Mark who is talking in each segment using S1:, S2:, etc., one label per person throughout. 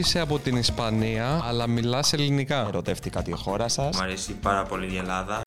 S1: Είσαι από την Ισπανία, αλλά μιλάς ελληνικά.
S2: Ερωτεύτηκα τη χώρα σας.
S3: Μου αρέσει πάρα πολύ η Ελλάδα.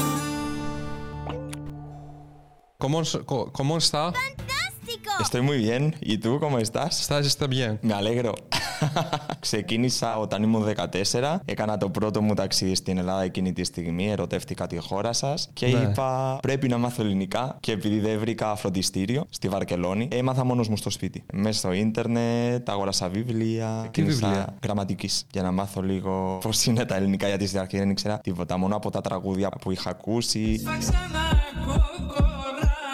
S1: ¿Cómo, co- cómo está?
S4: ¡Fantástico!
S2: Estoy muy bien. ¿Y tú, cómo estás?
S1: Estás está bien.
S2: Με αλέγρο. Ξεκίνησα όταν ήμουν 14. Έκανα το πρώτο μου ταξίδι στην Ελλάδα εκείνη τη στιγμή. Ερωτεύτηκα τη χώρα σας
S1: Ναι.
S2: και είπα πρέπει να μάθω ελληνικά. Και επειδή δεν βρήκα φροντιστήριο στη Βαρκελόνη, έμαθα μόνος μου στο σπίτι. Μέσα στο ίντερνετ, αγόρασα βιβλία. Ξεκίνησα
S1: βιβλία?
S2: Γραμματικής. Για να μάθω λίγο πώς είναι τα ελληνικά, γιατί στην αρχή δεν ήξερα τίποτα. Μόνο από τα τραγούδια που είχα ακούσει.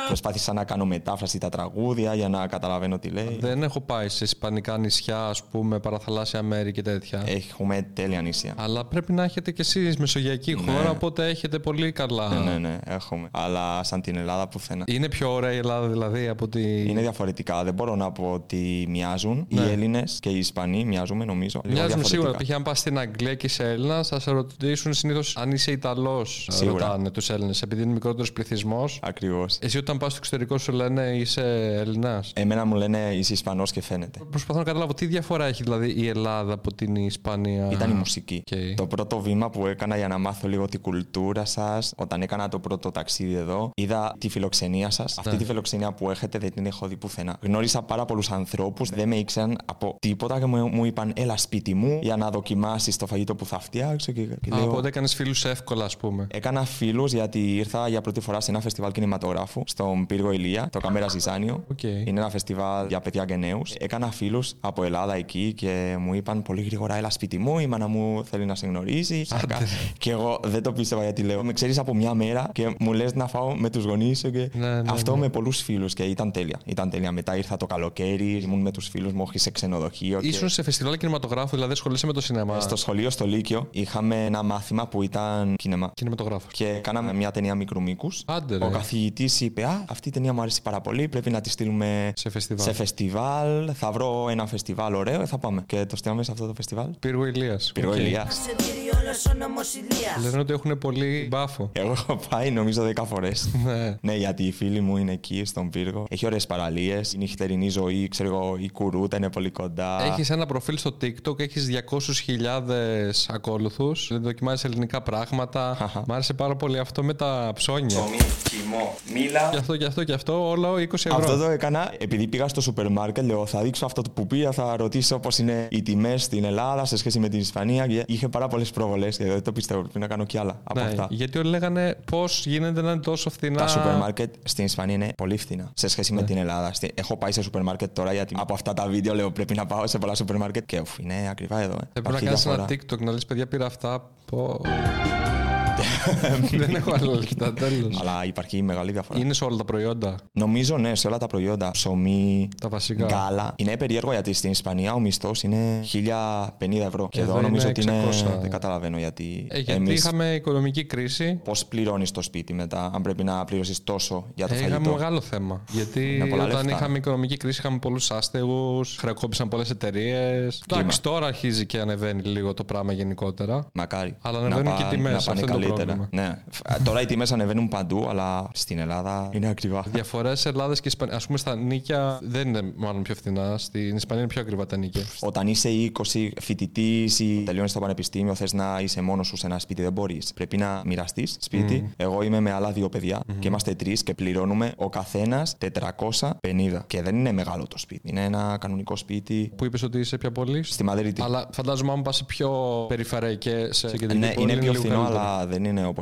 S2: Προσπάθησα να κάνω μετάφραση τα τραγούδια για να καταλαβαίνω τι λέει.
S1: Δεν έχω πάει σε ισπανικά νησιά, ας πούμε, παραθαλάσσια μέρη και τέτοια.
S2: Ε. Έχουμε τέλεια νησιά.
S1: Αλλά πρέπει να έχετε κι εσείς μεσογειακή χώρα, οπότε έχετε πολύ καλά.
S2: Ναι, ναι, ναι, έχουμε. Αλλά σαν την Ελλάδα πουθενά.
S1: Είναι πιο ωραία η Ελλάδα δηλαδή από τη...
S2: Είναι διαφορετικά. Δεν μπορώ να πω ότι μοιάζουν. Οι Έλληνες και οι Ισπανοί μοιάζουμε, νομίζω. Λίγο
S1: Ναι. Μοιάζουν σίγουρα.
S2: διαφορετικά.
S1: Π.χ. αν πας στην Αγγλία και είσαι Έλληνας, θα σε ρωτήσουν συνήθως αν είσαι Ιταλός.
S2: Σίγουρα.
S1: Ρωτάνε τους Έλληνες, επειδή είναι μικρότερος πληθυσμός.
S2: Ακριβώς.
S1: Εσύ όταν πα στο εξωτερικό σου λένε είσαι Ελληνάς.
S2: Εμένα μου λένε είσαι Ισπανός και φαίνεται.
S1: Προσπαθώ να καταλάβω τι διαφορά έχει δηλαδή η Ελλάδα από την Ισπανία.
S2: Ήταν η μουσική.
S1: Οκ.
S2: Το πρώτο βήμα που έκανα για να μάθω λίγο τη κουλτούρα σας, όταν έκανα το πρώτο ταξίδι εδώ, είδα τη φιλοξενία σας.
S1: Ναι.
S2: Αυτή τη φιλοξενία που έχετε δεν την έχω δει πουθενά. Γνώρισα πάρα πολλούς ανθρώπους, δεν με ήξεραν από τίποτα και μου, μου είπαν έλα σπίτι μου για να δοκιμάσεις το φαγητό που θα φτιάξω. Και, και
S1: Α,
S2: λέω, Ε,
S1: Οπότε έκανες φίλους εύκολα, ας πούμε.
S2: Έκανα φίλους γιατί ήρθα για πρώτη φορά σε ένα φεστιβάλ κινηματογράφου στον πύργο Ηλία, το Καμέρα Ζιζάνιο.
S1: Οκ.
S2: Είναι ένα φεστιβάλ για παιδιά και νέου. Έκανα φίλους από Ελλάδα εκεί και μου είπαν πολύ γρήγορα: Έλα σπίτι μου, η μάνα μου θέλει να σε γνωρίζει. Σάκα. και εγώ δεν το πίστευα γιατί λέω: Με ξέρεις από μια μέρα και μου λες να φάω με τους γονείς σου. Και...
S1: Ναι, ναι,
S2: Αυτό με πολλούς φίλους και ήταν τέλεια. ήταν τέλεια. Μετά ήρθα το καλοκαίρι, ήμουν με τους φίλους μου, όχι σε ξενοδοχείο. και-
S1: Ήσουν σε φεστιβάλ κινηματογράφου, δηλαδή ασχολείσαι με το σινεμά.
S2: Ε, Στο σχολείο, στο Λύκειο, είχαμε ένα μάθημα που ήταν κίνημα.
S1: Κινηματογράφος.
S2: Και κάναμε μια ταινία μικρού μήκους.
S1: Άντε, ρε.
S2: Ο καθηγητής είπε: Α, αυτή η ταινία μου αρέσει πάρα πολύ. Πρέπει να τη στείλουμε
S1: Σε φεστιβάλ.
S2: σε φεστιβάλ. Θα βρω ένα φεστιβάλ ωραίο και θα πάμε. Και το στείλαμε σε αυτό το φεστιβάλ.
S1: Πύργο Ηλίας.
S2: Πυργό Ηλία.
S1: Λένε ότι έχουν πολύ μπάφο.
S2: Εγώ έχω πάει νομίζω 10 φορές.
S1: Ναι.
S2: ναι, γιατί οι φίλοι μου είναι εκεί στον πύργο. Έχει ωραίες παραλίες. Η νυχτερινή ζωή, ξέρω εγώ, η κουρούτα είναι πολύ κοντά.
S1: Έχεις ένα προφίλ στο TikTok, έχεις 200.000 ακόλουθου. Δοκιμάζεις ελληνικά πράγματα. Μ' άρεσε πάρα πολύ αυτό με τα ψώνια.
S3: Ψωμί, κοιμό, μήλα.
S1: Και αυτό και αυτό και αυτό, όλο 20 ευρώ.
S2: Αυτό το έκανα επειδή πήγα στο σούπερ μάρκετ. Λέω: Θα δείξω αυτό που πήρα, θα ρωτήσω πώς είναι οι τιμές στην Ελλάδα σε σχέση με την Ισπανία. Και είχε πάρα πολλές προβολές και δεν το πιστεύω. Πρέπει να κάνω κι άλλα από
S1: Ναι,
S2: αυτά.
S1: γιατί όλοι λέγανε πώς γίνεται να είναι τόσο φθηνά.
S2: Τα σούπερ μάρκετ στην Ισπανία είναι πολύ φθηνά σε σχέση
S1: Ναι.
S2: με την Ελλάδα. Στη- Έχω πάει σε σούπερ μάρκετ τώρα γιατί από αυτά τα βίντεο λέω πρέπει να πάω σε πολλά σούπερ μάρκετ και ουφ, είναι ακριβά εδώ. Ε.
S1: Θα πρέπει να κάνεις ένα TikTok να λες: Παιδιά, πήρα αυτά. Πω. Δεν έχω άλλα λεφτά, τέλος.
S2: Αλλά υπάρχει μεγάλη διαφορά.
S1: Είναι σε όλα τα προϊόντα.
S2: Νομίζω ναι, σε όλα τα προϊόντα. Ψωμί,
S1: Τα βασικά.
S2: γκάλα. Είναι περίεργο γιατί στην Ισπανία ο μισθός είναι 1050 ευρώ. Και
S1: Εδώ
S2: εδώ,
S1: Ε, είναι
S2: νομίζω ότι είναι.
S1: 600.
S2: Δεν καταλαβαίνω γιατί.
S1: Ε, γιατί
S2: εμείς
S1: είχαμε οικονομική κρίση.
S2: Πώς πληρώνεις το σπίτι μετά, αν πρέπει να πληρώσεις τόσο για το
S1: Ε,
S2: φαγητό.
S1: Είχαμε μεγάλο θέμα. Γιατί
S2: Είναι πολλά
S1: όταν
S2: λεφτά.
S1: είχαμε οικονομική κρίση, είχαμε πολλούς άστεγους, χρεοκόπησαν πολλές εταιρείες. Εντάξει, τώρα αρχίζει και ανεβαίνει λίγο το πράγμα γενικότερα.
S2: Μακάρι.
S1: Αλλά ανεβαίνουν και οι τιμές,
S2: να
S1: αυτό
S2: πάνε
S1: είναι το πρόβλημα.
S2: καλύτερα. Ναι. Φ- Τώρα οι τιμές ανεβαίνουν παντού, αλλά στην Ελλάδα είναι ακριβά.
S1: Διαφορές Ελλάδας και Ισπανίας. Ας πούμε, στα νίκια δεν είναι μάλλον πιο φθηνά. Στην Ισπανία είναι πιο ακριβά τα νίκια.
S2: Όταν είσαι 20 φοιτητής ή
S1: Mm.
S2: τελειώνεις το πανεπιστήμιο, θες να είσαι μόνος σου σε ένα σπίτι, δεν μπορείς. Πρέπει να μοιραστείς σπίτι.
S1: Mm.
S2: Εγώ είμαι με άλλα δύο παιδιά
S1: Mm-hmm.
S2: και είμαστε τρεις και πληρώνουμε ο καθένας 450. Και δεν είναι μεγάλο το σπίτι. Είναι ένα κανονικό σπίτι
S1: Που είπες ότι είσαι πιο πολύ.
S2: στη Μαδρίτη.
S1: Αλλά φαντάζομαι άμα πας σε πιο περιφερειακέ σε κεντρική
S2: Ναι,
S1: πόλη,
S2: είναι πιο
S1: λίγο
S2: φθηνό,
S1: καλύτερο.
S2: αλλά δεν είναι όπως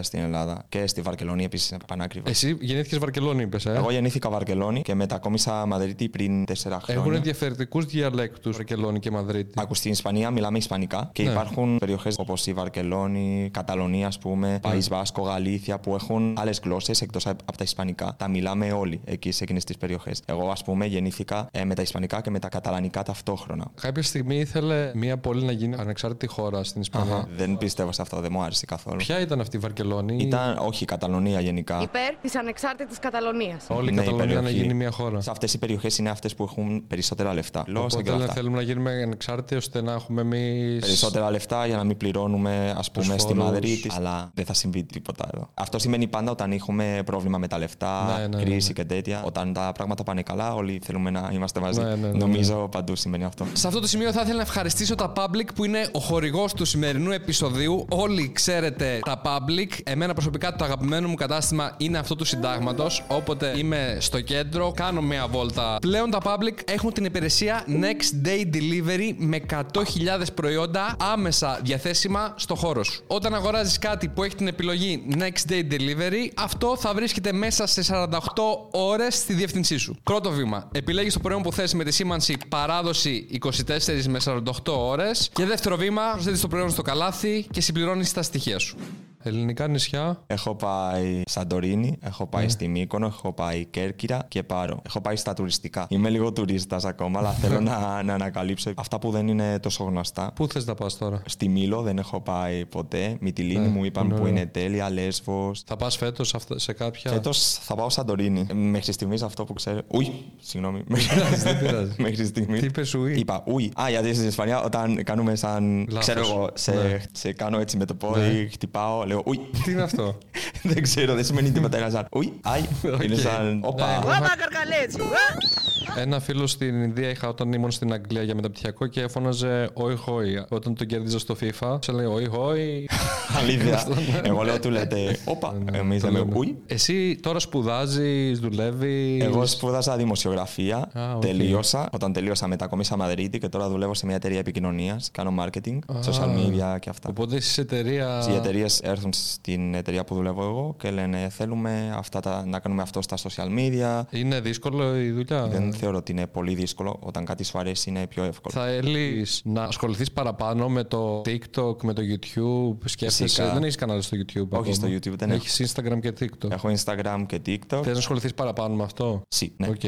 S2: στην Ελλάδα. Και στη Βαρκελόνη επίσης είναι πανάκριβο.
S1: Εσύ γεννήθηκες Βαρκελόνη, είπες. Ε?
S2: Εγώ γεννήθηκα Βαρκελόνη και μετακόμισα Μαδρίτη πριν 4 χρόνια.
S1: Έχουν διαφορετικούς διαλέκτους Βαρκελόνη και Μαδρίτη.
S2: Ακού στην Ισπανία μιλάμε Ισπανικά
S1: Ναι.
S2: και υπάρχουν περιοχές όπως η Βαρκελόνη, Καταλωνία, ας
S1: Ναι.
S2: πούμε, Παϊ Βάσκο, Γαλήθια που έχουν άλλες γλώσσες εκτός από τα Ισπανικά. Τα μιλάμε όλοι εκεί σε εκείνες τις περιοχές. Εγώ, ας πούμε, γεννήθηκα ε, με τα Ισπανικά και με τα Καταλανικά ταυτόχρονα.
S1: Κάποια στιγμή ήθελε μια πόλη να γίνει ανεξάρτητη χώρα στην Ισπανία.
S2: Δεν Ε, πιστεύω σε αυτό, δεν μου άρεσε καθόλου. καθόλου.
S1: Ποια ήταν αυτή η Βαρκελόνη,
S2: Ήταν, όχι, η Καταλωνία γενικά.
S4: Υπέρ της ανεξάρτητης Καταλωνίας.
S1: Όλη η
S2: Ναι, η
S1: Καταλωνία να
S2: περιοχή.
S1: γίνει μια χώρα.
S2: Σε αυτές οι περιοχές είναι αυτές που έχουν περισσότερα λεφτά. Λόγω και όλα
S1: Οπότε
S2: αυτά.
S1: θέλουμε να γίνουμε ανεξάρτητοι ώστε να έχουμε εμείς.
S2: Περισσότερα λεφτά για να μην πληρώνουμε, ας πούμε, στη
S1: φόρους.
S2: Μαδρίτη. Αλλά δεν θα συμβεί τίποτα εδώ. Αυτό σημαίνει πάντα όταν έχουμε πρόβλημα με τα λεφτά,
S1: Ναι, ναι, ναι,
S2: κρίση
S1: ναι.
S2: και τέτοια. Όταν τα πράγματα πάνε καλά, όλοι θέλουμε να είμαστε μαζί.
S1: Ναι, ναι, ναι, ναι.
S2: Νομίζω παντού σημαίνει αυτό.
S5: Σε αυτό το σημείο θα ήθελα να ευχαριστήσω τα Public που είναι ο χορηγός του σημερινού επεισοδίου. Όλοι ξέρετε τα Public. Εμένα προσωπικά το αγαπημένο μου κατάστημα είναι αυτό του συντάγματος. Όποτε είμαι στο κέντρο, κάνω μια βόλτα. Πλέον τα Public έχουν την υπηρεσία Next Day Delivery με 100.000 προϊόντα άμεσα διαθέσιμα στο χώρο σου. Όταν αγοράζεις κάτι που έχει την επιλογή Next Day Delivery, αυτό θα βρίσκεται μέσα σε 48 ώρες στη διεύθυνσή σου. Πρώτο βήμα. Επιλέγεις το προϊόν που θες με τη σήμανση παράδοση 24 με 48 ώρες. Και δεύτερο βήμα, προσθέτεις το προϊόν στο καλάθι και συμπληρώνεις τα στοιχεία σου.
S1: Ελληνικά νησιά.
S2: Έχω πάει Σαντορίνη, έχω πάει στη Μύκονο, έχω πάει Κέρκυρα και Πάρο. Έχω πάει στα τουριστικά. Είμαι λίγο τουρίστας ακόμα, αλλά θέλω να, να ανακαλύψω αυτά που δεν είναι τόσο γνωστά.
S1: Πού θες να πας τώρα.
S2: Στη Μήλο δεν έχω πάει ποτέ. Μυτιλίνη μου είπαν που είναι τέλεια, Λέσβος.
S1: Θα πας φέτος σε κάποια.
S2: Φέτος θα πάω Σαντορίνη. Ε, Μέχρι στιγμής αυτό που ξέρω. Ουι! Συγγνώμη.
S1: δεν πειράζει.
S2: Μέχρι στιγμής.
S1: Τι είπες, ουι?
S2: Είπα ουι. Α, γιατί στην Ισπανία όταν κάνουμε σαν.
S1: Λάθος.
S2: Ξέρω εγώ, σε,
S1: Ναι.
S2: σε κάνω έτσι με το
S1: Ναι.
S2: πόδι, χτυπάω, λέω ουι.
S1: Τι είναι αυτό.
S2: δεν ξέρω, δεν σημαίνει τίποτα. Είναι σαν. Ουι, αϊ. Είναι
S1: Οκ.
S2: σαν.
S1: Ναι.
S2: Όπα.
S4: Άμα καρκαλέτσι.
S1: Ένα φίλο στην Ινδία είχα όταν ήμουν στην Αγγλία για μεταπτυχιακό και φώναζε Oi Hoi. Όταν τον κέρδιζα στο FIFA, σε λέει Oi Hoi.
S2: Αλήθεια. Εγώ λέω του λέτε. Όπα. Εμεί
S1: Ναι. το
S2: λέμε
S1: λέμε.
S2: ουι.
S1: Εσύ τώρα σπουδάζεις, δουλεύεις.
S2: Εγώ σπούδασα δημοσιογραφία.
S1: Α, οκ.
S2: Τελείωσα. Όταν τελείωσα, μετακόμισα Μαδρίτη και τώρα δουλεύω σε μια εταιρεία επικοινωνίας. Κάνω marketing, social media και αυτά.
S1: Οπότε είσαι σε εταιρεία.
S2: Οι εταιρείες έρθουν στην εταιρεία που δουλεύω εγώ και λένε θέλουμε αυτά τα, να κάνουμε αυτό στα social media.
S1: Είναι δύσκολο η δουλειά.
S2: Δεν θεωρώ ότι είναι πολύ δύσκολο. Όταν κάτι σου αρέσει είναι πιο εύκολο.
S1: Θα θέλει να ασχοληθείς παραπάνω με το TikTok, με το YouTube. Σκέφτεσαι.
S2: Φυσικά.
S1: Δεν έχεις κανάλι στο YouTube. ακόμα.
S2: στο YouTube δεν έχω.
S1: Έχεις Instagram και TikTok.
S2: Έχω Instagram και TikTok.
S1: Θες να ασχοληθείς παραπάνω με αυτό.
S2: Συ, ναι.
S1: Οκ.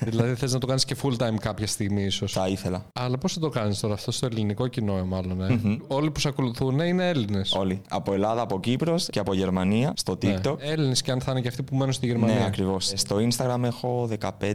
S1: δηλαδή θες να το κάνεις και full time κάποια στιγμή, ίσως.
S2: Θα ήθελα.
S1: Αλλά πώς θα το κάνεις τώρα αυτό στο ελληνικό κοινό, ε, μάλλον. ε. Όλοι που σε ακολουθούν ε, είναι Έλληνες.
S2: Όλοι. Από Ελλάδα, από Κύπρος και από Γερμανία στο TikTok.
S1: Έλληνες και αν θα είναι και αυτοί που μένουν στη Ναι. Ε, Γερμανία.
S2: Ναι, ακριβώ. Στο Instagram έχω 15%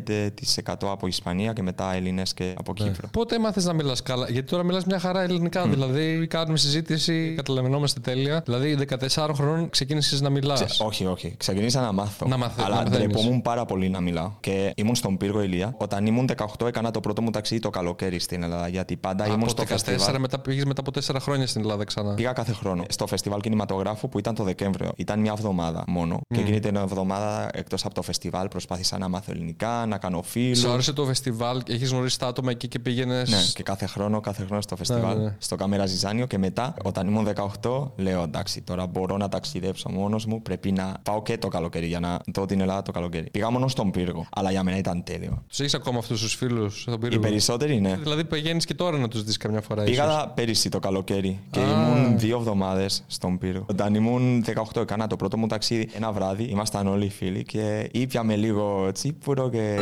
S2: από Ισπανία και μετά Έλληνες και από Κύπρο.
S1: Πότε έμαθε να μιλάς καλά, Γιατί τώρα μιλάς μια χαρά ελληνικά. Δηλαδή, κάνουμε
S2: Ε.
S1: συζήτηση, καταλαβαίνόμαστε τέλεια. Δηλαδή, 14 χρόνων ξεκίνησες να μιλάς.
S2: Ξε- Όχι, όχι. Ξεκίνησα να μάθω.
S1: Να μαθε- να
S2: αλλά
S1: μαθαίνεις.
S2: ντρεπόμουν πάρα πολύ να μιλάω. Και ήμουν στον πύργο Ηλία. Όταν ήμουν 18, έκανα το πρώτο μου ταξίδι το καλοκαίρι στην Ελλάδα. Γιατί πάντα ήμουν
S1: Από
S2: στο
S1: 14
S2: φεστιβάλ.
S1: μετά πήγες μετά από 4 χρόνια στην Ελλάδα ξανά.
S2: Πήγα κάθε χρόνο στο φεστιβάλ κινηματογράφου που ήταν το Δεκέμβριο. Ήταν μια εβδομάδα μόνο. Και εκείνη την εβδομάδα, εκτός από το φεστιβάλ, προσπάθησα να μάθω ελληνικά, να κάνω
S1: Σε
S2: φίλους.
S1: άρεσε το φεστιβάλ, έχεις γνωρίσει τα άτομα εκεί και πήγαινες.
S2: Ναι, και κάθε χρόνο, κάθε χρόνο στο φεστιβάλ,
S1: ναι, ναι.
S2: στο Κάμερα Ζιζάνιο. Και μετά, όταν ήμουν 18, λέω εντάξει, τώρα μπορώ να ταξιδέψω μόνος μου. Πρέπει να πάω και το καλοκαίρι για να δω την Ελλάδα το καλοκαίρι. Πήγα μόνο στον πύργο, αλλά για μένα ήταν τέλειο.
S1: Τους έχεις ακόμα αυτούς τους φίλους στον
S2: Οι
S1: πύργο.
S2: περισσότεροι ναι.
S1: Δηλαδή, πηγαίνεις και τώρα να τους δεις καμιά φορά. ίσως.
S2: Πήγα πέρυσι το καλοκαίρι και ήμουν δύο εβδομάδες στον πύργο. Όταν ήμουν 18, έκανα το πρώτο μου ταξίδι ένα βράδυ. Ήμασταν όλοι φίλοι και ήπιαμε λίγο τσίπουρο και.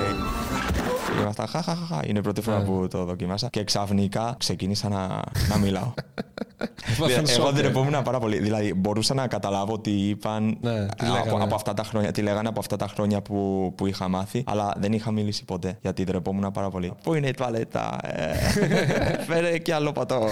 S2: Ήμασταν χαχαχαχα. Είναι η πρώτη φορά
S1: Ναι.
S2: που το δοκιμάσα. Και ξαφνικά ξεκίνησα να, να μιλάω.
S1: Βάθαν
S2: Δηλαδή, Εγώ
S1: σοκ, ε.
S2: ντρεπόμουν πάρα πολύ. Δηλαδή, μπορούσα να καταλάβω τι είπαν
S1: Ναι, τι
S2: από,
S1: λέγανε.
S2: από αυτά τα χρόνια, τι λέγανε από αυτά τα χρόνια που, που είχα μάθει, αλλά δεν είχα μιλήσει ποτέ γιατί ντρεπόμουν πάρα πολύ. Πού είναι η τουαλέτα, ε, φέρε και άλλο πατώ.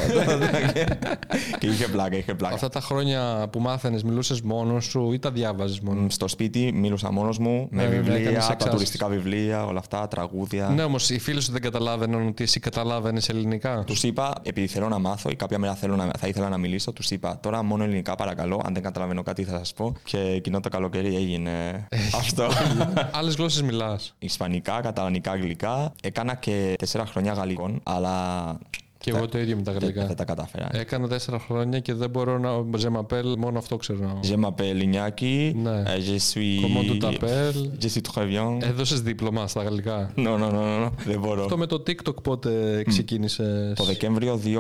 S2: και είχε πλάκα, είχε πλάκα.
S1: Αυτά τα χρόνια που μάθαινες, μιλούσες μόνος σου ή τα διάβαζες μόνος.
S2: Μ, Στο σπίτι μίλουσα μόνος μου με
S1: Ναι, ναι, ναι, έκανες
S2: βιβλία, τα
S1: εξάσκηση.
S2: τουριστικά βιβλία, όλα αυτά, τραγούδια.
S1: Ναι, όμως οι φίλοι σου δεν καταλάβαιναν ότι εσύ καταλάβαινες ελληνικά.
S2: Τους είπα, επειδή θέλω να μάθω ή κάποια μέρα θέλω να, θα ήθελα να μιλήσω, τους είπα τώρα μόνο ελληνικά παρακαλώ. Αν δεν καταλαβαίνω κάτι, θα σας πω. Και εκείνο το καλοκαίρι έγινε αυτό.
S1: Άλλες γλώσσες μιλάς.
S2: Ισπανικά, καταλανικά, αγγλικά. Έκανα και τέσσερα χρόνια γαλλικών, αλλά.
S1: Και
S2: Ναι.
S1: εγώ το ίδιο με τα
S2: Δεν,
S1: γαλλικά. Ε.
S2: δεν τα κατάφερα.
S1: Έκανα τέσσερα χρόνια και δεν μπορώ να. Ζεμαπέλ, μόνο αυτό ξέρω.
S2: Je m'appelle Iñaki.
S1: Ναι.
S2: ε, Je suis.
S1: Comment tu t'appelles?
S2: Je suis très bien.
S1: Έδωσες δίπλωμα στα γαλλικά.
S2: No, no, no, no, no. Δεν μπορώ.
S1: Αυτό με το TikTok πότε ξεκίνησες.
S2: Το Δεκέμβριο 2020.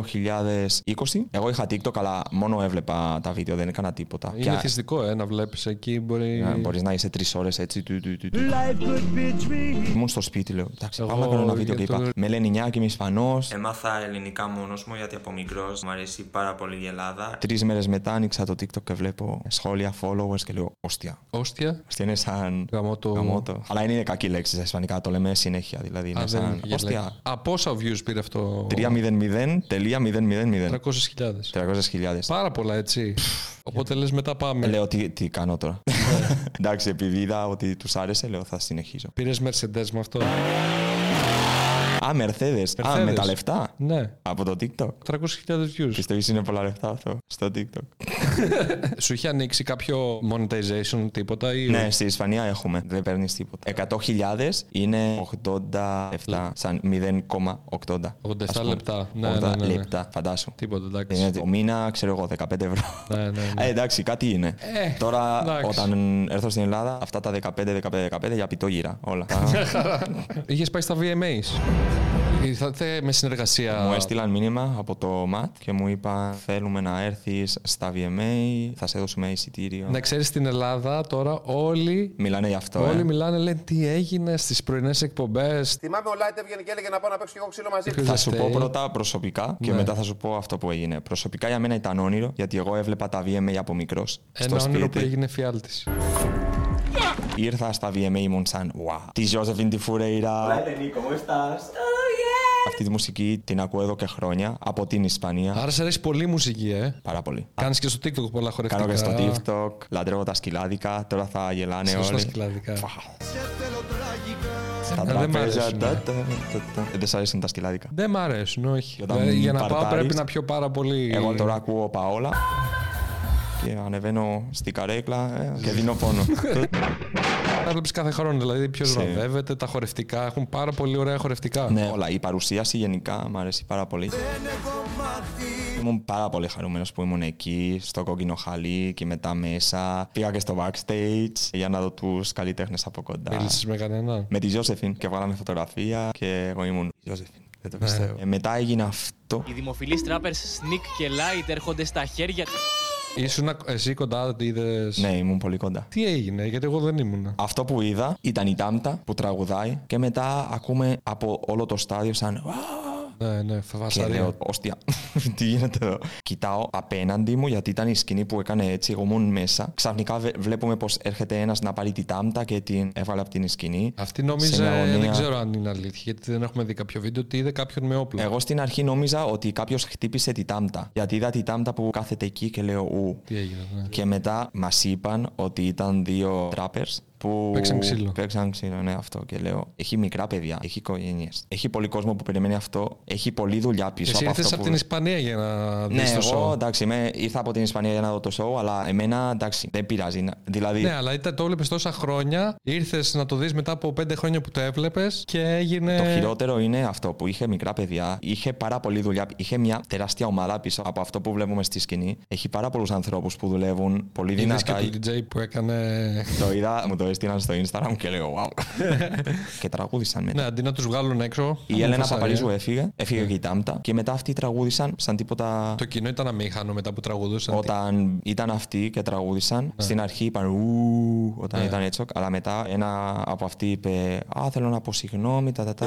S2: Εγώ είχα TikTok, αλλά μόνο έβλεπα τα βίντεο, δεν έκανα τίποτα.
S1: Είναι θυστικό, ε, να βλέπεις εκεί. Μπορεί.
S2: Μπορείς να είσαι τρεις ώρες έτσι. Του, του, του, του. Ήμουν στο σπίτι, λέω. Εντάξει,
S1: Εγώ
S2: πάω να κάνω ένα βίντεο και
S1: για το-
S2: είπα. Με λένε Νιά και είμαι Ισπανός.
S3: Έμαθα ελληνικά γενικά μόνος μου, γιατί από μικρός μου αρέσει πάρα πολύ η Ελλάδα.
S2: Τρεις μέρες μετά άνοιξα το TikTok και βλέπω σχόλια, followers και λέω Όστια.
S1: Όστια.
S2: Όστια είναι σαν.
S1: Γαμώτο.
S2: Γαμώτο. Αλλά είναι κακή λέξη στα ισπανικά, το λέμε συνέχεια. Δηλαδή είναι
S1: Α, δεν είναι
S2: σαν.
S1: για λέξη.
S2: Όστια.
S1: Α, πόσα views πήρε αυτό.
S2: 300.000.
S1: 300.000.
S2: 300.000.
S1: Πάρα πολλά, έτσι. Οπότε λες μετά πάμε.
S2: Ε, Λέω τι, τι κάνω τώρα.
S1: Ναι.
S2: Εντάξει, επειδή είδα ότι τους άρεσε, λέω θα συνεχίζω.
S1: Πήρες Mercedes με αυτό.
S2: Ναι. Α, Mercedes. Α,
S1: Mercedes.
S2: με τα λεφτά.
S1: Ναι.
S2: Από το TikTok.
S1: 300.000 views.
S2: Πιστεύεις είναι πολλά λεφτά αυτό στο TikTok.
S1: Σου είχε ανοίξει κάποιο monetization, τίποτα ή.
S2: Ναι, στη Ισπανία έχουμε. Δεν παίρνεις τίποτα. 100.000 είναι 87, σαν 0,80.
S1: 87
S2: ας πούμε.
S1: λεπτά. Ναι,
S2: 80
S1: ναι, ναι, ναι.
S2: λεπτά, φαντάσου.
S1: Τίποτα, εντάξει.
S2: Είναι ο μήνα, ξέρω εγώ, 15 ευρώ.
S1: Ναι, ναι, ναι.
S2: Ε, εντάξει, κάτι είναι.
S1: Ε,
S2: Τώρα,
S1: εντάξει.
S2: όταν έρθω στην Ελλάδα, αυτά τα 15-15-15 για πιτό γύρα. Όλα.
S1: Είχες πάει στα VMAs. Ήρθατε με συνεργασία.
S2: Μου έστειλαν μήνυμα από το ΜΑΤ και μου είπαν θέλουμε να έρθεις στα VMA, θα σε δώσουμε εισιτήριο.
S1: Να ξέρεις στην Ελλάδα τώρα όλοι.
S2: Μιλάνε γι' αυτό.
S1: Όλοι
S2: ε.
S1: μιλάνε, λένε τι έγινε στις πρωινές εκπομπές.
S6: Θυμάμαι ο Λάιτ έβγαινε και έλεγε να πάω να παίξω και εγώ ξύλο μαζί του.
S2: Θα σου πω πρώτα προσωπικά
S1: Ναι.
S2: και μετά θα σου πω αυτό που έγινε. Προσωπικά για μένα ήταν όνειρο, γιατί εγώ έβλεπα τα VMA από μικρός. Στο
S1: Ένα όνειρο που
S2: σπίτι.
S1: έγινε φιάλτης.
S2: Ήρθα στα VMA ήμουν σαν wow. Τη Josephine τη Φουρέιρα. Αυτή τη μουσική την ακούω εδώ και χρόνια από την Ισπανία.
S1: Άρα σε αρέσει πολύ η μουσική, ε.
S2: Πάρα πολύ.
S1: Κάνεις και στο TikTok πολλά χορευτικά.
S2: Κάνω και στο TikTok, λατρεύω τα σκυλάδικα, τώρα θα γελάνε
S1: Σωστά
S2: όλοι.
S1: σκυλάδικα. Ε,
S2: Τα
S1: Δεν μ'
S2: τραπέζια.
S1: αρέσουν. ε.
S2: τα- τα- τα- τα- Ε, Δεν σ' αρέσουν τα σκυλάδικα.
S1: Δεν μ' αρέσουν, όχι.
S2: Όταν
S1: Δηλαδή, για να πάω
S2: παρτάρεις-
S1: πρέπει να πιω πάρα πολύ.
S2: Ε, Εγώ τώρα ακούω Παόλα και ανεβαίνω στην καρέκλα ε, και δίνω πόνο.
S1: Τα βλέπεις κάθε χρόνο. Δηλαδή, ποιος
S2: Σε-
S1: βραβεύεται, τα χορευτικά. Έχουν πάρα πολύ ωραία χορευτικά.
S2: ναι, όλα. Η παρουσίαση γενικά μου αρέσει πάρα πολύ. Ήμουν πάρα πολύ χαρούμενος που ήμουν εκεί, στο κόκκινο χαλί και μετά μέσα. Πήγα και στο backstage για να δω τους καλλιτέχνες από κοντά.
S1: Μίλησε με κανέναν.
S2: με τη Ζώσεφιν και βγάλαμε φωτογραφία και εγώ ήμουν η Ζώσεφιν. Δεν το πιστεύω. Ε, μετά έγινε αυτό.
S7: Οι δημοφιλείς τράπερς Sneak και Light έρχονται στα χέρια
S1: Ήσουν εσύ κοντά, είδες.
S2: Ναι, ήμουν πολύ κοντά.
S1: Τι έγινε, γιατί εγώ δεν ήμουν.
S2: Αυτό που είδα ήταν η Τάμτα που τραγουδάει και μετά ακούμε από όλο το στάδιο σαν «Ουα!»
S1: Ναι, ναι,
S2: και
S1: φαβασαρία.
S2: λέω «Όστια, τι γίνεται εδώ». Κοιτάω απέναντι μου γιατί ήταν η σκηνή που έκανε έτσι, εγώ ήμουν μέσα. Ξαφνικά βε- βλέπουμε πως έρχεται ένας να πάρει τη Τάμτα και την έβγαλε από την σκηνή.
S1: Αυτή
S2: Σε
S1: νόμιζε,
S2: μια γωνία.
S1: δεν ξέρω αν είναι αλήθεια, γιατί δεν έχουμε δει κάποιο βίντεο, ότι είδε κάποιον με όπλο.
S2: Εγώ στην αρχή νόμιζα ότι κάποιος χτύπησε τη Τάμτα. Γιατί είδα τη Τάμτα που κάθεται εκεί και λέω Ου.
S1: Τι έγινε, ναι.
S2: Και μετά μας είπαν ότι ήταν δύο trappers που
S1: Παίξαν ξύλο.
S2: Παίξαν ξύλο, ναι, αυτό. Και λέω: Έχει μικρά παιδιά, έχει οικογένειες. Έχει πολύ κόσμο που περιμένει αυτό. Έχει πολλή δουλειά πίσω
S1: Εσύ
S2: από
S1: ήρθες
S2: αυτό.
S1: από
S2: που...
S1: την Ισπανία για να δει
S2: Ναι,
S1: το
S2: εγώ
S1: show.
S2: εντάξει, είμαι, ήρθα από την Ισπανία για να δω το show, αλλά εμένα εντάξει, δεν πειράζει. να- Δηλαδή,
S1: Ναι, αλλά ήταν, το έβλεπες τόσα χρόνια, ήρθες να το δεις μετά από πέντε χρόνια που το έβλεπες και έγινε.
S2: Το χειρότερο είναι αυτό που είχε μικρά παιδιά, είχε πάρα πολλή δουλειά, είχε μια τεράστια ομάδα πίσω από αυτό που βλέπουμε στη σκηνή. Έχει πάρα πολλούς ανθρώπους που δουλεύουν πολύ
S1: Είδες και
S2: δυνατά.
S1: του DJ που έκανε.
S2: Το είδα, μου το έστειλαν στο Instagram και λέω wow. και τραγούδισαν μετά.
S1: Ναι, αντί να τους βγάλουν έξω.
S2: Η Έλενα
S1: αποφασάρια.
S2: Παπαρίζου ε- έφυγε, έφυγε και η Τάμτα και μετά αυτοί τραγούδισαν σαν τίποτα.
S1: Ναι. Το κοινό ήταν αμήχανο μετά που τραγουδούσαν.
S2: Όταν ήταν αυτοί και τραγούδισαν,
S1: Ναι.
S2: στην αρχή είπαν ου, όταν ήταν έτσι, αλλά μετά ένα από αυτοί είπε Α, θέλω να πω συγγνώμη, τα τα τα.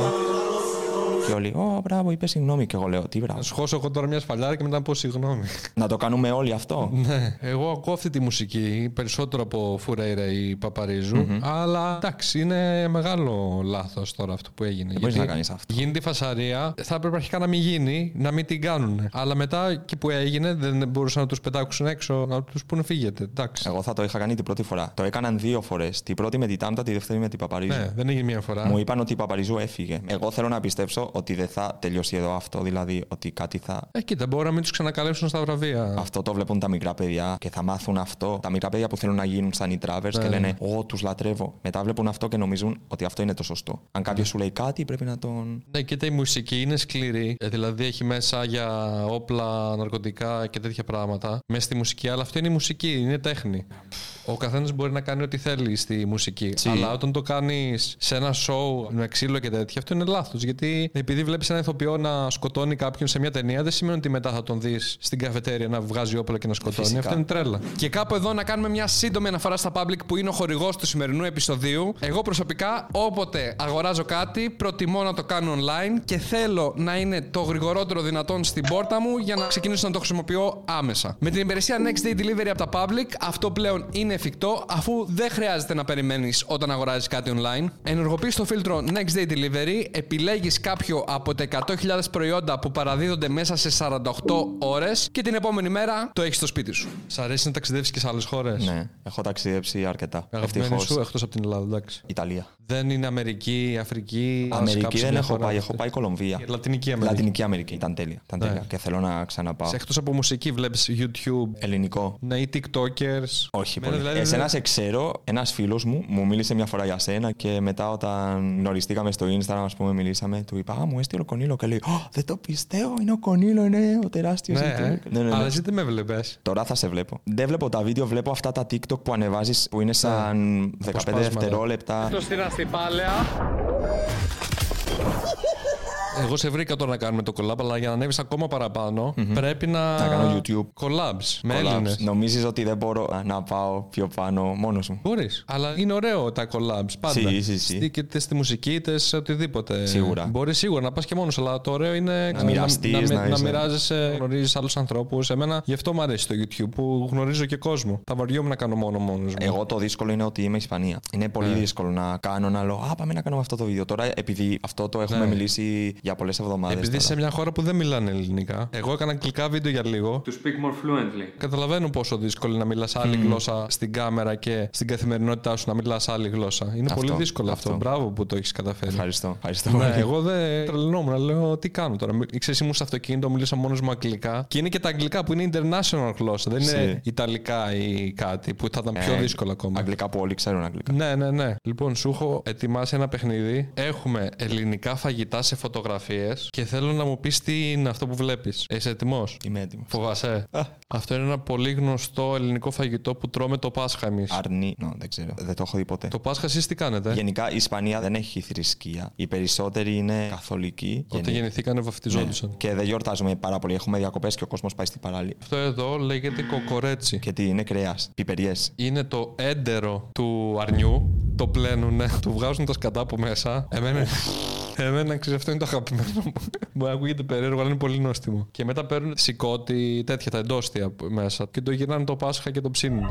S2: Και όλοι, Ω, μπράβο, είπες συγγνώμη. Και εγώ λέω, Τι μπράβο.
S1: Να σου χώσω εγώ τώρα μια σφαλιάρα και μετά να πω συγγνώμη.
S2: Να το κάνουμε όλοι αυτό.
S1: Ναι. Εγώ ακούω αυτή τη μουσική περισσότερο από Φουρέιρα ή παπαριζου αλλά εντάξει, είναι μεγάλο λάθος τώρα αυτό που έγινε. Δεν
S2: μπορείς Ε, να κάνεις αυτό.
S1: Γίνεται η φασαρία, θα έπρεπε αρχικά να μην γίνει, να μην την κάνουν. Αλλά μετά και που έγινε, δεν μπορούσαν να τους πετάξουν έξω, να τους πούνε φύγετε. Εντάξει.
S2: Εγώ θα το είχα κάνει την πρώτη φορά. Το έκαναν δύο φορές. Την πρώτη με την Τάμτα, τη δεύτερη με την Παπαρίζου.
S1: Ναι, δεν έγινε μία φορά.
S2: Μου είπαν ότι η Παπαριζού έφυγε. Εγώ θέλω να πιστέψω ότι δεν θα τελειώσει εδώ αυτό, δηλαδή ότι κάτι θα.
S1: Ε, κοίτα, μπορεί να μην τους ξανακαλέσουν στα βραβεία.
S2: Αυτό το βλέπουν τα μικρά παιδιά και θα μάθουν αυτό. Τα μικρά παιδιά που θέλουν να γίνουν σαν οι τράβερ
S1: Ναι,
S2: και λένε Ω, τους λατρεύω. Μετά βλέπουν αυτό και νομίζουν ότι αυτό είναι το σωστό. Αν κάποιος σου λέει κάτι, πρέπει να τον.
S1: Ναι, κοίτα, η μουσική είναι σκληρή. ε, Δηλαδή έχει μέσα για όπλα, ναρκωτικά και τέτοια πράγματα. Μέσα στη μουσική, αλλά αυτό είναι η μουσική, είναι τέχνη. Ο καθένας μπορεί να κάνει ό,τι θέλει στη μουσική.
S2: Τσι.
S1: Αλλά όταν το κάνεις σε ένα show με ξύλο και τέτοια, αυτό είναι λάθος. Γιατί επειδή βλέπεις ένα ηθοποιό να σκοτώνει κάποιον σε μια ταινία, δεν σημαίνει ότι μετά θα τον δεις στην καφετέρια να βγάζει όπλα και να σκοτώνει.
S2: Φυσικά.
S1: Αυτό είναι τρέλα.
S5: Και κάπου εδώ να κάνουμε μια σύντομη αναφορά στα public που είναι ο χορηγός του σημερινού επεισοδίου. Εγώ προσωπικά, όποτε αγοράζω κάτι, προτιμώ να το κάνω online και θέλω να είναι το γρηγορότερο δυνατόν στην πόρτα μου για να ξεκινήσω να το χρησιμοποιώ άμεσα. Με την υπηρεσία Next Day Delivery από τα public, αυτό πλέον είναι εφικτό αφού δεν χρειάζεται να περιμένεις όταν αγοράζεις κάτι online. Ενεργοποιείς το φίλτρο Next Day Delivery, επιλέγεις κάποιο από τα 100.000 προϊόντα που παραδίδονται μέσα σε 48 ώρες και την επόμενη μέρα το έχεις στο σπίτι σου.
S1: Σ' αρέσει να ταξιδεύεις και σε άλλες χώρες.
S2: Ναι, έχω ταξιδέψει αρκετά.
S1: Αγαπημένη σου,
S2: Ευτυχώ.
S1: εκτός από την Ελλάδα, εντάξει.
S2: Ιταλία.
S1: Δεν είναι Αμερική, Αφρική.
S2: Αμερική
S1: κάπου σε
S2: δεν
S1: μια
S2: έχω
S1: χώρα
S2: πάει,
S1: αυτή.
S2: έχω πάει Κολομβία.
S1: Λατινική Αμερική.
S2: Λατινική Αμερική. Ήταν τέλεια. Ήταν
S1: Ναι.
S2: τέλεια. Και θέλω να ξαναπάω.
S1: Εκτός από μουσική, βλέπεις YouTube.
S2: Ελληνικό.
S1: Ναι, ή TikTokers.
S2: Όχι
S1: Εμένα
S2: πολύ.
S1: δηλαδή
S2: Εσένα
S1: δεν-
S2: σε ξέρω, ένας φίλος μου μου μίλησε μια φορά για σένα και μετά όταν γνωριστήκαμε στο Instagram, ας πούμε, μιλήσαμε, του είπα Α, μου έστειλε ο Κονίλο και λέει «Α, Δεν το πιστεύω, είναι ο Κονίλο, είναι ο τεράστιος.
S1: Ναι, ε.
S2: ναι, ναι.
S1: αλλά εσύ δεν με βλέπει.
S2: Τώρα θα σε βλέπω. Δεν βλέπω τα βίντεο, βλέπω αυτά τα TikTok που ανεβάζεις που είναι
S1: Ε,
S2: σαν 15
S1: Αποσπάσματα.
S2: δευτερόλεπτα.
S1: Εγώ σε βρήκα τώρα να κάνουμε το collab, αλλά για να ανέβεις ακόμα παραπάνω, πρέπει να.
S2: Να κάνω YouTube.
S1: Collabs με
S2: Collabs.
S1: Έλληνες.
S2: Νομίζεις ότι δεν μπορώ να πάω πιο πάνω μόνος μου.
S1: Μπορείς. Αλλά είναι ωραίο τα collabs πάντα.
S2: Σι, σι, σι.
S1: Στη- και είτε στη μουσική είτε σε οτιδήποτε.
S2: Σίγουρα.
S1: Μπορείς σίγουρα να πας και μόνος, αλλά το ωραίο είναι να,
S2: μοιραστείς,
S1: να,
S2: να
S1: να,
S2: είσαι-
S1: μοιράζεσαι, γνωρίζεις άλλους ανθρώπους. Εμένα γι' αυτό μου αρέσει το YouTube που γνωρίζω και κόσμο. Θα βαριόμουν να κάνω μόνο μόνος μου.
S2: Εγώ το δύσκολο είναι ότι είμαι Ισπανία. Είναι πολύ
S1: Ναι.
S2: δύσκολο να κάνω να λέω Α, πάμε να κάνουμε αυτό το βίντεο. Τώρα, επειδή αυτό το έχουμε μιλήσει για πολλές εβδομάδες.
S1: Ναι. Επειδή είσαι μια χώρα που δεν μιλάνε ελληνικά, εγώ έκανα αγγλικά βίντεο για λίγο. To speak more fluently. Καταλαβαίνω πόσο δύσκολο είναι να μιλάς άλλη γλώσσα στην κάμερα και στην καθημερινότητά σου να μιλάς άλλη γλώσσα. Είναι
S2: Αυτό,
S1: πολύ δύσκολο αυτό.
S2: αυτό.
S1: Μπράβο που το έχεις καταφέρει.
S2: Ευχαριστώ. Ευχαριστώ
S1: Ναι,
S2: πολύ.
S1: εγώ δεν τρελνόμουν. Λέω τι κάνω τώρα. Μι- Ξέρεις, ήμουν στο αυτοκίνητο, μιλούσα μόνος μου αγγλικά. Και είναι και τα αγγλικά που είναι international γλώσσα. Δεν είναι
S2: Σι.
S1: ιταλικά ή κάτι που θα ήταν πιο
S2: Ε,
S1: δύσκολο ακόμα.
S2: Αγγλικά που όλοι ξέρουν αγγλικά.
S1: Ναι, ναι, ναι. Λοιπόν, σου έχω ετοιμάσει ένα παιχνίδι. Έχουμε ελληνικά φαγητά σε φωτογραφίες και θέλω να μου πεις τι είναι αυτό που βλέπεις. Είσαι έτοιμος.
S2: Είμαι έτοιμος.
S1: Φοβάσαι.
S2: Α.
S1: Αυτό είναι ένα πολύ γνωστό ελληνικό φαγητό που τρώμε το Πάσχα εμείς.
S2: Αρνί. νο, δεν ξέρω. Δεν το έχω δει ποτέ.
S1: Το Πάσχα εσείς τι κάνετε.
S2: Γενικά η Ισπανία δεν έχει θρησκεία. Οι περισσότεροι είναι καθολικοί.
S1: Όταν
S2: γεννη-
S1: γεννηθήκανε,
S2: Ναι.
S1: βαφτιζόντουσαν.
S2: Και δεν γιορτάζουμε πάρα πολύ. Έχουμε διακοπές και ο κόσμος πάει στην παράλια.
S1: Αυτό εδώ λέγεται κοκορέτσι.
S2: Και τι είναι κρέας, πιπεριές.
S1: Είναι το έντερο του αρνιού. Το πλένουνε, του βγάζουν τα σκατά από μέσα. Εμένα, εμένα ξέρεις, αυτό είναι το αγαπημένο μου. Μπορεί να ακούγεται περίεργο, αλλά είναι πολύ νόστιμο. Και μετά παίρνουν σηκώτη, τέτοια τα εντόστια που- μέσα και το γυρνάνε το Πάσχα και το ψήνουν.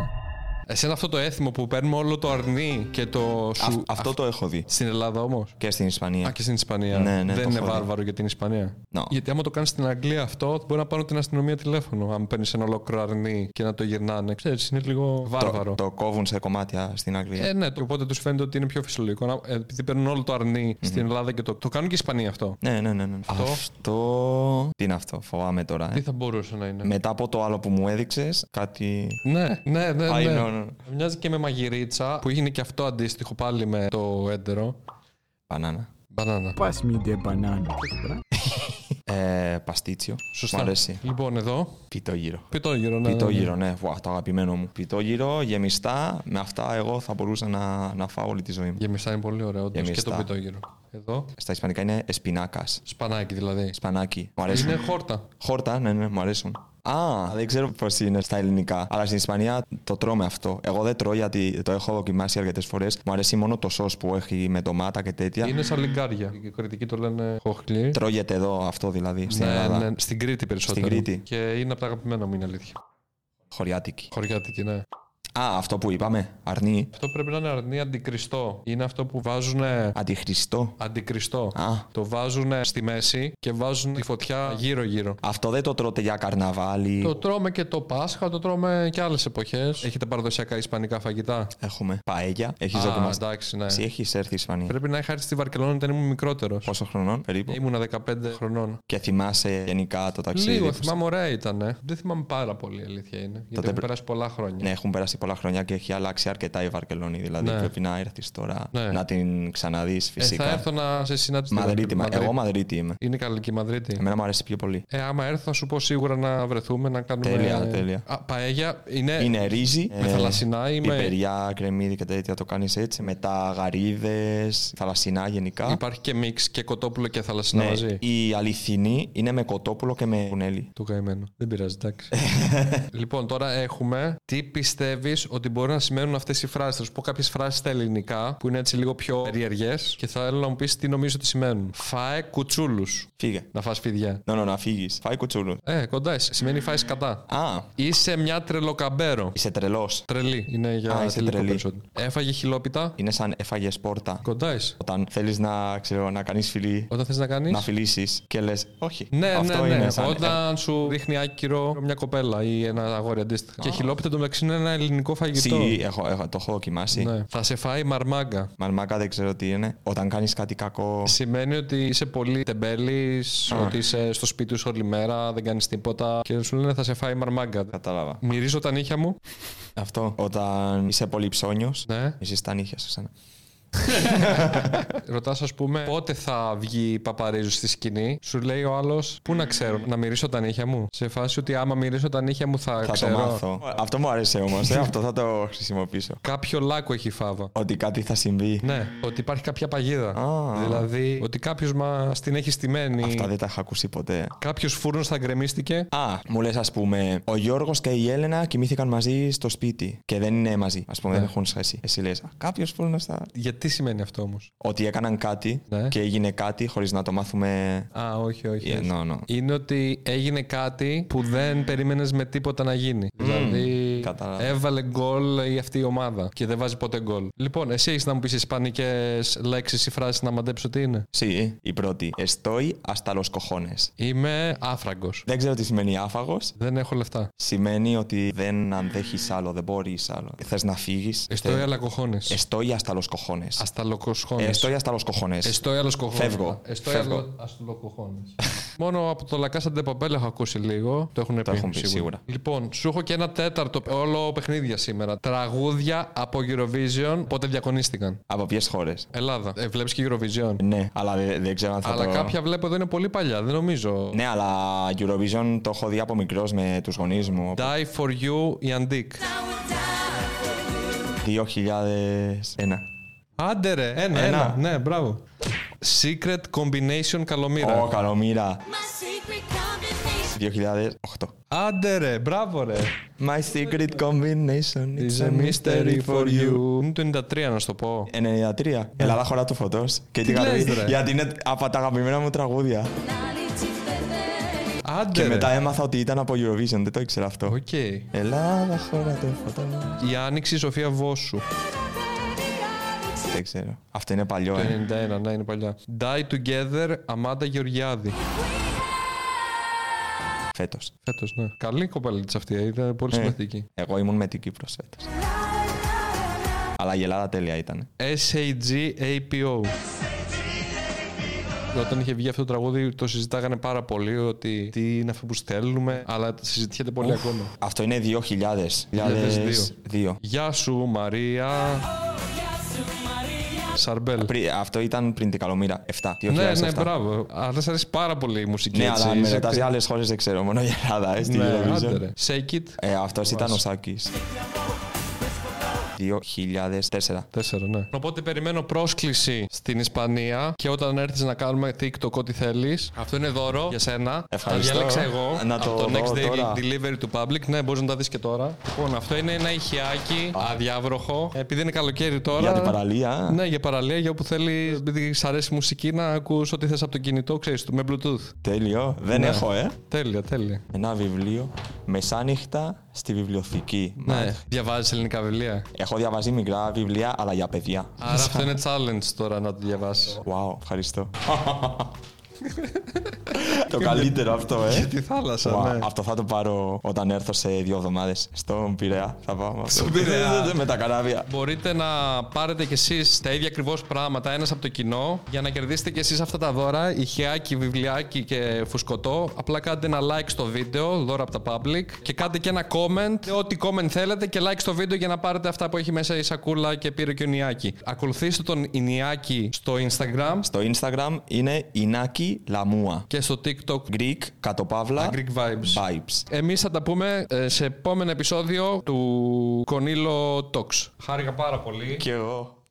S1: Εσένα αυτό το έθιμο που παίρνουμε όλο το αρνί και το σου.
S2: Αυ- αυτό το έχω δει.
S1: Στην Ελλάδα όμως.
S2: Και στην Ισπανία.
S1: Α, και στην Ισπανία.
S2: Ναι, ναι, το
S1: Δεν είναι
S2: έχω δει. Ναι.
S1: βάρβαρο για την Ισπανία.
S2: No.
S1: Γιατί άμα το κάνεις στην Αγγλία αυτό, μπορεί να πάρουν την αστυνομία τηλέφωνο. Αν παίρνεις ένα ολόκληρο αρνί και να το γυρνάνε. Ξέρεις, είναι λίγο βάρβαρο.
S2: Το, το κόβουν σε κομμάτια στην Αγγλία.
S1: Ε, ναι, το- οπότε τους φαίνεται ότι είναι πιο φυσιολογικό. να- ε, Επειδή παίρνουν όλο το αρνι στην Ελλάδα και το, το κάνουν και οι Ισπανοί αυτό.
S2: Ναι, ναι, ναι. ναι. Αυτό... Τι είναι αυτό, φοβάμαι τώρα.
S1: Τι
S2: Ε.
S1: θα μπορούσε να είναι.
S2: Μετά από το άλλο που μου έδειξες, κάτι.
S1: Ναι, ναι, ναι.
S2: Α,
S1: ναι.
S2: είναι, ναι, ναι.
S1: Μοιάζει και με μαγειρίτσα που είναι και αυτό αντίστοιχο πάλι με το έντερο.
S2: Μπανάνα.
S1: Μπανάνα.
S8: Pass me the banana.
S2: Ε, παστίτσιο.
S1: Σωστά.
S2: Μ' αρέσει.
S1: Λοιπόν, εδώ.
S2: Πιτόγυρο.
S1: Πιτόγυρο, ναι. ναι, ναι.
S2: Πιτόγυρο, ναι. Βουά, το αγαπημένο μου. Πιτόγυρο, γεμιστά. Με αυτά εγώ θα μπορούσα να, να φάω όλη τη ζωή μου.
S1: Γεμιστά είναι πολύ ωραίο. όντως, Και
S2: Γεμιστά.
S1: το πιτόγυρο. Εδώ.
S2: Στα ισπανικά είναι εσπινάκας.
S1: Σπανάκι δηλαδή.
S2: Σπανάκι. Μου αρέσουν.
S1: Είναι χόρτα.
S2: Χόρτα, ναι, ναι, μου αρέσουν. Α, δεν ξέρω πώς είναι στα ελληνικά. Αλλά στην Ισπανία το τρώμε αυτό. Εγώ δεν τρώω γιατί το έχω δοκιμάσει αρκετές φορές. Μου αρέσει μόνο το σος που έχει με ντομάτα και τέτοια.
S1: Είναι σαν λιγκάρια.
S2: Ε.
S1: Οι κριτικοί το λένε χοχλή.
S2: Τρώγεται εδώ αυτό δηλαδή στην
S1: Ναι,
S2: Ελλάδα.
S1: ναι, στην Κρήτη περισσότερο.
S2: Κρήτη.
S1: Και είναι από τα αγαπημένα μου, είναι αλήθεια.
S2: Χωριάτικη.
S1: Χωριάτικη, ναι.
S2: Α, αυτό που είπαμε. Αρνή.
S1: Αυτό πρέπει να είναι αρνί αντικριστό. Είναι αυτό που βάζουν
S2: Αντιχριστό.
S1: αντικριστό.
S2: Α.
S1: Το βάζουν στη μέση και βάζουν τη φωτιά γύρω-γύρω.
S2: Αυτό δεν το τρώτε για καρναβάλι.
S1: Το τρώμε και το Πάσχα, το τρώμε και άλλες εποχές. Έχετε παραδοσιακά ισπανικά φαγητά.
S2: Έχουμε. Παέγια. Έχεις
S1: Α,
S2: δοκιμάσει.
S1: εντάξει, ναι.
S2: Εσύ έχεις έρθει Ισπανία.
S1: Πρέπει να είχα έρθει στη Βαρκελόνη όταν ήμουν μικρότερος.
S2: Πόσο χρονών περίπου.
S1: Ήμουνα 15 χρονών.
S2: Και θυμάσαι γενικά το ταξίδι.
S1: Λίγο,
S2: που-
S1: θυμάμαι ωραία ήταν. Δεν θυμάμαι πάρα πολύ, η αλήθεια είναι. Γιατί
S2: Τότε
S1: έχουν
S2: πρέ-
S1: περάσει πολλά χρόνια.
S2: Ναι, έχουν περάσει πολλά χρόνια και έχει αλλάξει αρκετά η Βαρκελόνη. Δηλαδή
S1: Ναι.
S2: πρέπει να έρθεις τώρα
S1: Ναι.
S2: να την ξαναδείς
S1: Ε,
S2: Ναι, φυσικά.
S1: θα έρθω να σε συναντήσω.
S2: Μαδρίτη, μα- εγώ Μαδρίτη είμαι.
S1: Είναι καλή και η Μαδρίτη.
S2: Εμένα μου αρέσει πιο πολύ.
S1: Ε, άμα έρθω, θα σου πω σίγουρα να βρεθούμε, να κάνουμε.
S2: Τέλεια, τέλεια.
S1: Α, παέγια είναι.
S2: Είναι ρύζι.
S1: Ε, με θαλασσινά ή με-
S2: Πιπεριά, κρεμμύδι και τέτοια το κάνεις έτσι. Μετά γαρίδες, θαλασσινά γενικά.
S1: Υπάρχει και μίξ και κοτόπουλο και θαλασσινά
S2: Ναι,
S1: μαζί.
S2: η αληθινή είναι με κοτόπουλο και με κουνέλι.
S1: Του καημένου. Δεν πειράζει, εντάξει. λοιπόν, τώρα έχουμε τι πιστεύεις ότι μπορεί να σημαίνουν αυτές οι φράσεις. Θα σου πω κάποιες φράσεις στα ελληνικά που είναι έτσι λίγο πιο περίεργες και θα θέλω να μου πεις τι νομίζω ότι σημαίνουν. Φάε κουτσούλους.
S2: Φύγε.
S1: Να φας φίδια.
S2: Ναι, ναι, να φύγεις. Φάει κουτσούλους.
S1: Ε, κοντά είσαι. Σημαίνει φάει κατά.
S2: Α,
S1: Είσαι μια τρελοκαμπέρο.
S2: είσαι τρελός.
S1: Τρελή. Είναι για
S2: Α, είσαι
S1: θηλυκό
S2: τρελή.
S1: περισσότερο. Έφαγε χιλόπιτα.
S2: Είναι σαν έφαγε πόρτα.
S1: Κοντά είσαι.
S2: Όταν θέλεις να, ξέρω, να κάνεις φιλί,
S1: Όταν θες να κάνεις.
S2: να φιλήσεις και λες, Όχι.
S1: Ναι,
S2: Αυτό
S1: ναι, ναι.
S2: είναι σαν. ε,
S1: Όταν σου δείχνει άκυρο μια κοπέλα ή ένα αγόρι αντίστοιχα. Και χιλόπιτα το μεταξύ είναι ένα ελληνικό
S2: Εσύ,
S1: φαγητό.
S2: ε, έχω, έχω- το έχω δοκιμάσει.
S1: Ναι. Θα σε φάει μαρμάγκα.
S2: Μαρμάκα δεν ξέρω τι είναι. Όταν κάνεις κάτι κακό.
S1: Σημαίνει ότι είσαι πολύ τεμπέλης, ότι είσαι στο σπίτι σου όλη μέρα, δεν κάνεις τίποτα. Και σου λένε θα σε φάει μαρμάγκα.
S2: Κατάλαβα.
S1: Μυρίζω τα νύχια μου.
S2: Αυτό. Όταν είσαι πολύ ψώνιος,
S1: Ναι.
S2: είσαι στα νύχια σου. σαν-
S1: Ρωτάς, ας πούμε, πότε θα βγει η παπαρίζου στη σκηνή. Σου λέει ο άλλος, Πού να ξέρω, να μυρίσω τα νύχια μου. Σε φάση ότι άμα μυρίσω τα νύχια μου θα,
S2: Θα
S1: Ε, ξέρω.
S2: το μάθω. Αυτό μου άρεσε όμω. αυτό θα το χρησιμοποιήσω.
S1: Κάποιο λάκκο έχει η φάβα.
S2: Ότι κάτι θα συμβεί.
S1: Ναι, ότι υπάρχει κάποια παγίδα.
S2: Α.
S1: Δηλαδή, ότι κάποιος μα την έχει στημένη.
S2: Αυτά δεν τα είχα ακούσει ποτέ.
S1: Κάποιος φούρνος θα γκρεμίστηκε.
S2: Α, μου λες, ας πούμε, ο Γιώργος και η Έλενα κοιμήθηκαν μαζί στο σπίτι και δεν είναι μαζί. Ας πούμε,
S1: Ναι.
S2: δεν έχουν σχέση. Εσύ λες, κάποιο μπορεί να στα.
S1: Γιατί σημαίνει αυτό όμως.
S2: Ότι έκαναν κάτι
S1: Ναι.
S2: και έγινε κάτι χωρίς να το μάθουμε.
S1: Α, όχι, όχι.
S2: Ε,
S1: όχι.
S2: no, no.
S1: Είναι ότι έγινε κάτι που δεν περίμενες με τίποτα να γίνει. Δηλαδή,
S2: κατάλαβα.
S1: έβαλε γκολ η αυτή η ομάδα και δεν βάζει ποτέ γκολ. Λοιπόν, εσύ έχεις να μου πεις ισπανικές λέξεις ή φράσεις να μαντέψω τι είναι.
S2: Sí, η πρώτη. Estoy hasta los cojones.
S1: Είμαι άφραγκος.
S2: Δεν ξέρω τι σημαίνει άφαγος.
S1: Δεν έχω λεφτά.
S2: Σημαίνει ότι δεν αντέχει άλλο, δεν μπορείς άλλο. Θες να φύγεις.
S1: Εστόι αλακοχώνε.
S2: Estoy hasta los cojones.
S1: Ασταλοκοσχώνε.
S2: Estoy hasta los cojones.
S1: Εστόι αλοσκοχώνε.
S2: Φεύγω.
S1: Εστόι
S2: Φεύγω.
S1: ασταλοκοχώνε. Μόνο από το Λακάσαντε Παπέλα έχω ακούσει λίγο. Το έχουν πει,
S2: έχουν πει, σίγουρα.
S1: Λοιπόν, σου έχω και ένα τέταρτο όλο παιχνίδια σήμερα. Τραγούδια από Eurovision πότε διακονίστηκαν.
S2: Από ποιες χώρες.
S1: Ελλάδα. Ε, Βλέπεις και Eurovision.
S2: Ναι, αλλά δεν, δεν ξέρω αν θα
S1: Αλλά
S2: το...
S1: κάποια βλέπω εδώ είναι πολύ παλιά, δεν νομίζω.
S2: Ναι, αλλά Eurovision το έχω δει από μικρός με τους γονείς μου.
S1: Die for you, η Antique.
S2: 2001.
S1: Άντε ρε, ένα,
S2: Ένα.
S1: ένα. Ναι, μπράβο. Secret Combination Καλομήρα.
S2: Ω, καλομήρα. 2008.
S1: Άντε ρε, μπράβο ρε.
S2: My secret combination
S1: It's a mystery for you. Είναι το 93 να σου το πω.
S2: 93. Ελλάδα χώρα του φωτός. Και τι
S1: λες,
S2: γαρίδες.
S1: ρε?
S2: Γιατί είναι από τα αγαπημένα μου τραγούδια.
S1: Άντε
S2: Ε, Και
S1: ρε.
S2: μετά έμαθα ότι ήταν από Eurovision. Δεν το ήξερα αυτό.
S1: Οκ.
S2: Ελλάδα χώρα του φωτός.
S1: Η Άνοιξη Σοφία Βόσου.
S2: Δεν ξέρω. Αυτό είναι παλιό,
S1: Το
S2: ε.
S1: 91, ναι, είναι παλιά. Die Together, Αμάντα Γεωργιάδη.
S2: Φέτος.
S1: Φέτος, ναι. Καλή κοπελίτσα αυτή, ε, ήταν πολύ σημαντική.
S2: Εγώ ήμουν με την Κύπρος φέτος. Αλλά η Ελλάδα τέλεια ήταν.
S1: SAGAPO. Όταν είχε βγει αυτό το τραγούδι, το συζητάγανε πάρα πολύ ότι τι είναι αυτό που στέλνουμε, αλλά συζητιέται πολύ ακόμα.
S2: Αυτό είναι 2000. 2002.
S1: Γεια σου, Μαρία. Σαρμπέλ.
S2: Πρι- αυτό ήταν πριν την Καλομήρα. 7. 2007.
S1: Ναι, ναι, μπράβο. Αλλά σ' αρέσει πάρα πολύ η μουσική.
S2: Ναι,
S1: έτσι,
S2: αλλά με
S1: είσαι-
S2: ρωτάς για άλλες χώρες δεν ξέρω. Μόνο η Ελλάδα. Ε, στη
S1: Ναι,
S2: Eurovision.
S1: άντε ρε. Shake it.
S2: Ε, αυτός ήταν ο Σάκη. 2004.
S1: Τέσσερα, ναι. Οπότε περιμένω πρόσκληση στην Ισπανία και όταν έρθεις να κάνουμε TikTok ό,τι θέλεις. Αυτό είναι δώρο για σένα.
S2: Ευχαριστώ.
S1: Τα διάλεξα εγώ.
S2: Να
S1: από
S2: το
S1: το
S2: δω
S1: Next Day
S2: τώρα.
S1: Delivery του Public. Ναι, μπορείς να τα δεις και τώρα. Λοιπόν, αυτό είναι ένα ηχιάκι αδιάβροχο. Επειδή είναι καλοκαίρι τώρα.
S2: Για την παραλία.
S1: Ναι, για παραλία, για όπου θέλεις, επειδή σ' αρέσει η μουσική, να ακούς ό,τι θες από το κινητό, ξέρεις, του, με Bluetooth.
S2: Τέλειο. Δεν
S1: Ναι.
S2: έχω, ε.
S1: Τέλεια, τέλεια.
S2: Ένα βιβλίο. Μεσάνυχτα στη βιβλιοθήκη.
S1: Ναι. Διαβάζεις ελληνικά βιβλία.
S2: Έχω διαβάσει μικρά βιβλία, αλλά για παιδιά.
S1: Άρα αυτό είναι challenge τώρα να το διαβάσεις.
S2: Wow, ευχαριστώ. το καλύτερο αυτό, ε.
S9: Τη θάλασσα,
S2: Wow,
S9: ναι.
S2: Αυτό θα το πάρω όταν έρθω σε δύο εβδομάδες. Στον Πειραιά θα πάω. με αυτό.
S9: Στον Πειραιά.
S2: Με τα καράβια.
S1: Μπορείτε να πάρετε κι εσείς τα ίδια ακριβώς πράγματα, ένας από το κοινό, για να κερδίσετε κι εσείς αυτά τα δώρα, ηχεάκι, βιβλιάκι και φουσκωτό. Απλά κάντε ένα like στο βίντεο, δώρα από τα public, και κάντε και ένα comment, ό,τι comment θέλετε, και like στο βίντεο για να πάρετε αυτά που έχει μέσα η σακούλα και πήρε και ο Νιάκη. Ακολουθήστε τον Ινιάκη στο Instagram
S2: Στο Instagram είναι Ινάκι Λαμούα.
S1: και στο TikTok.
S2: Greek, κάτω παύλα,
S1: Α, Greek Vibes.
S2: vibes.
S1: Εμείς θα τα πούμε ε, σε επόμενο επεισόδιο του Κονίλο Talks. Χάρηκα πάρα πολύ.
S2: Και εγώ.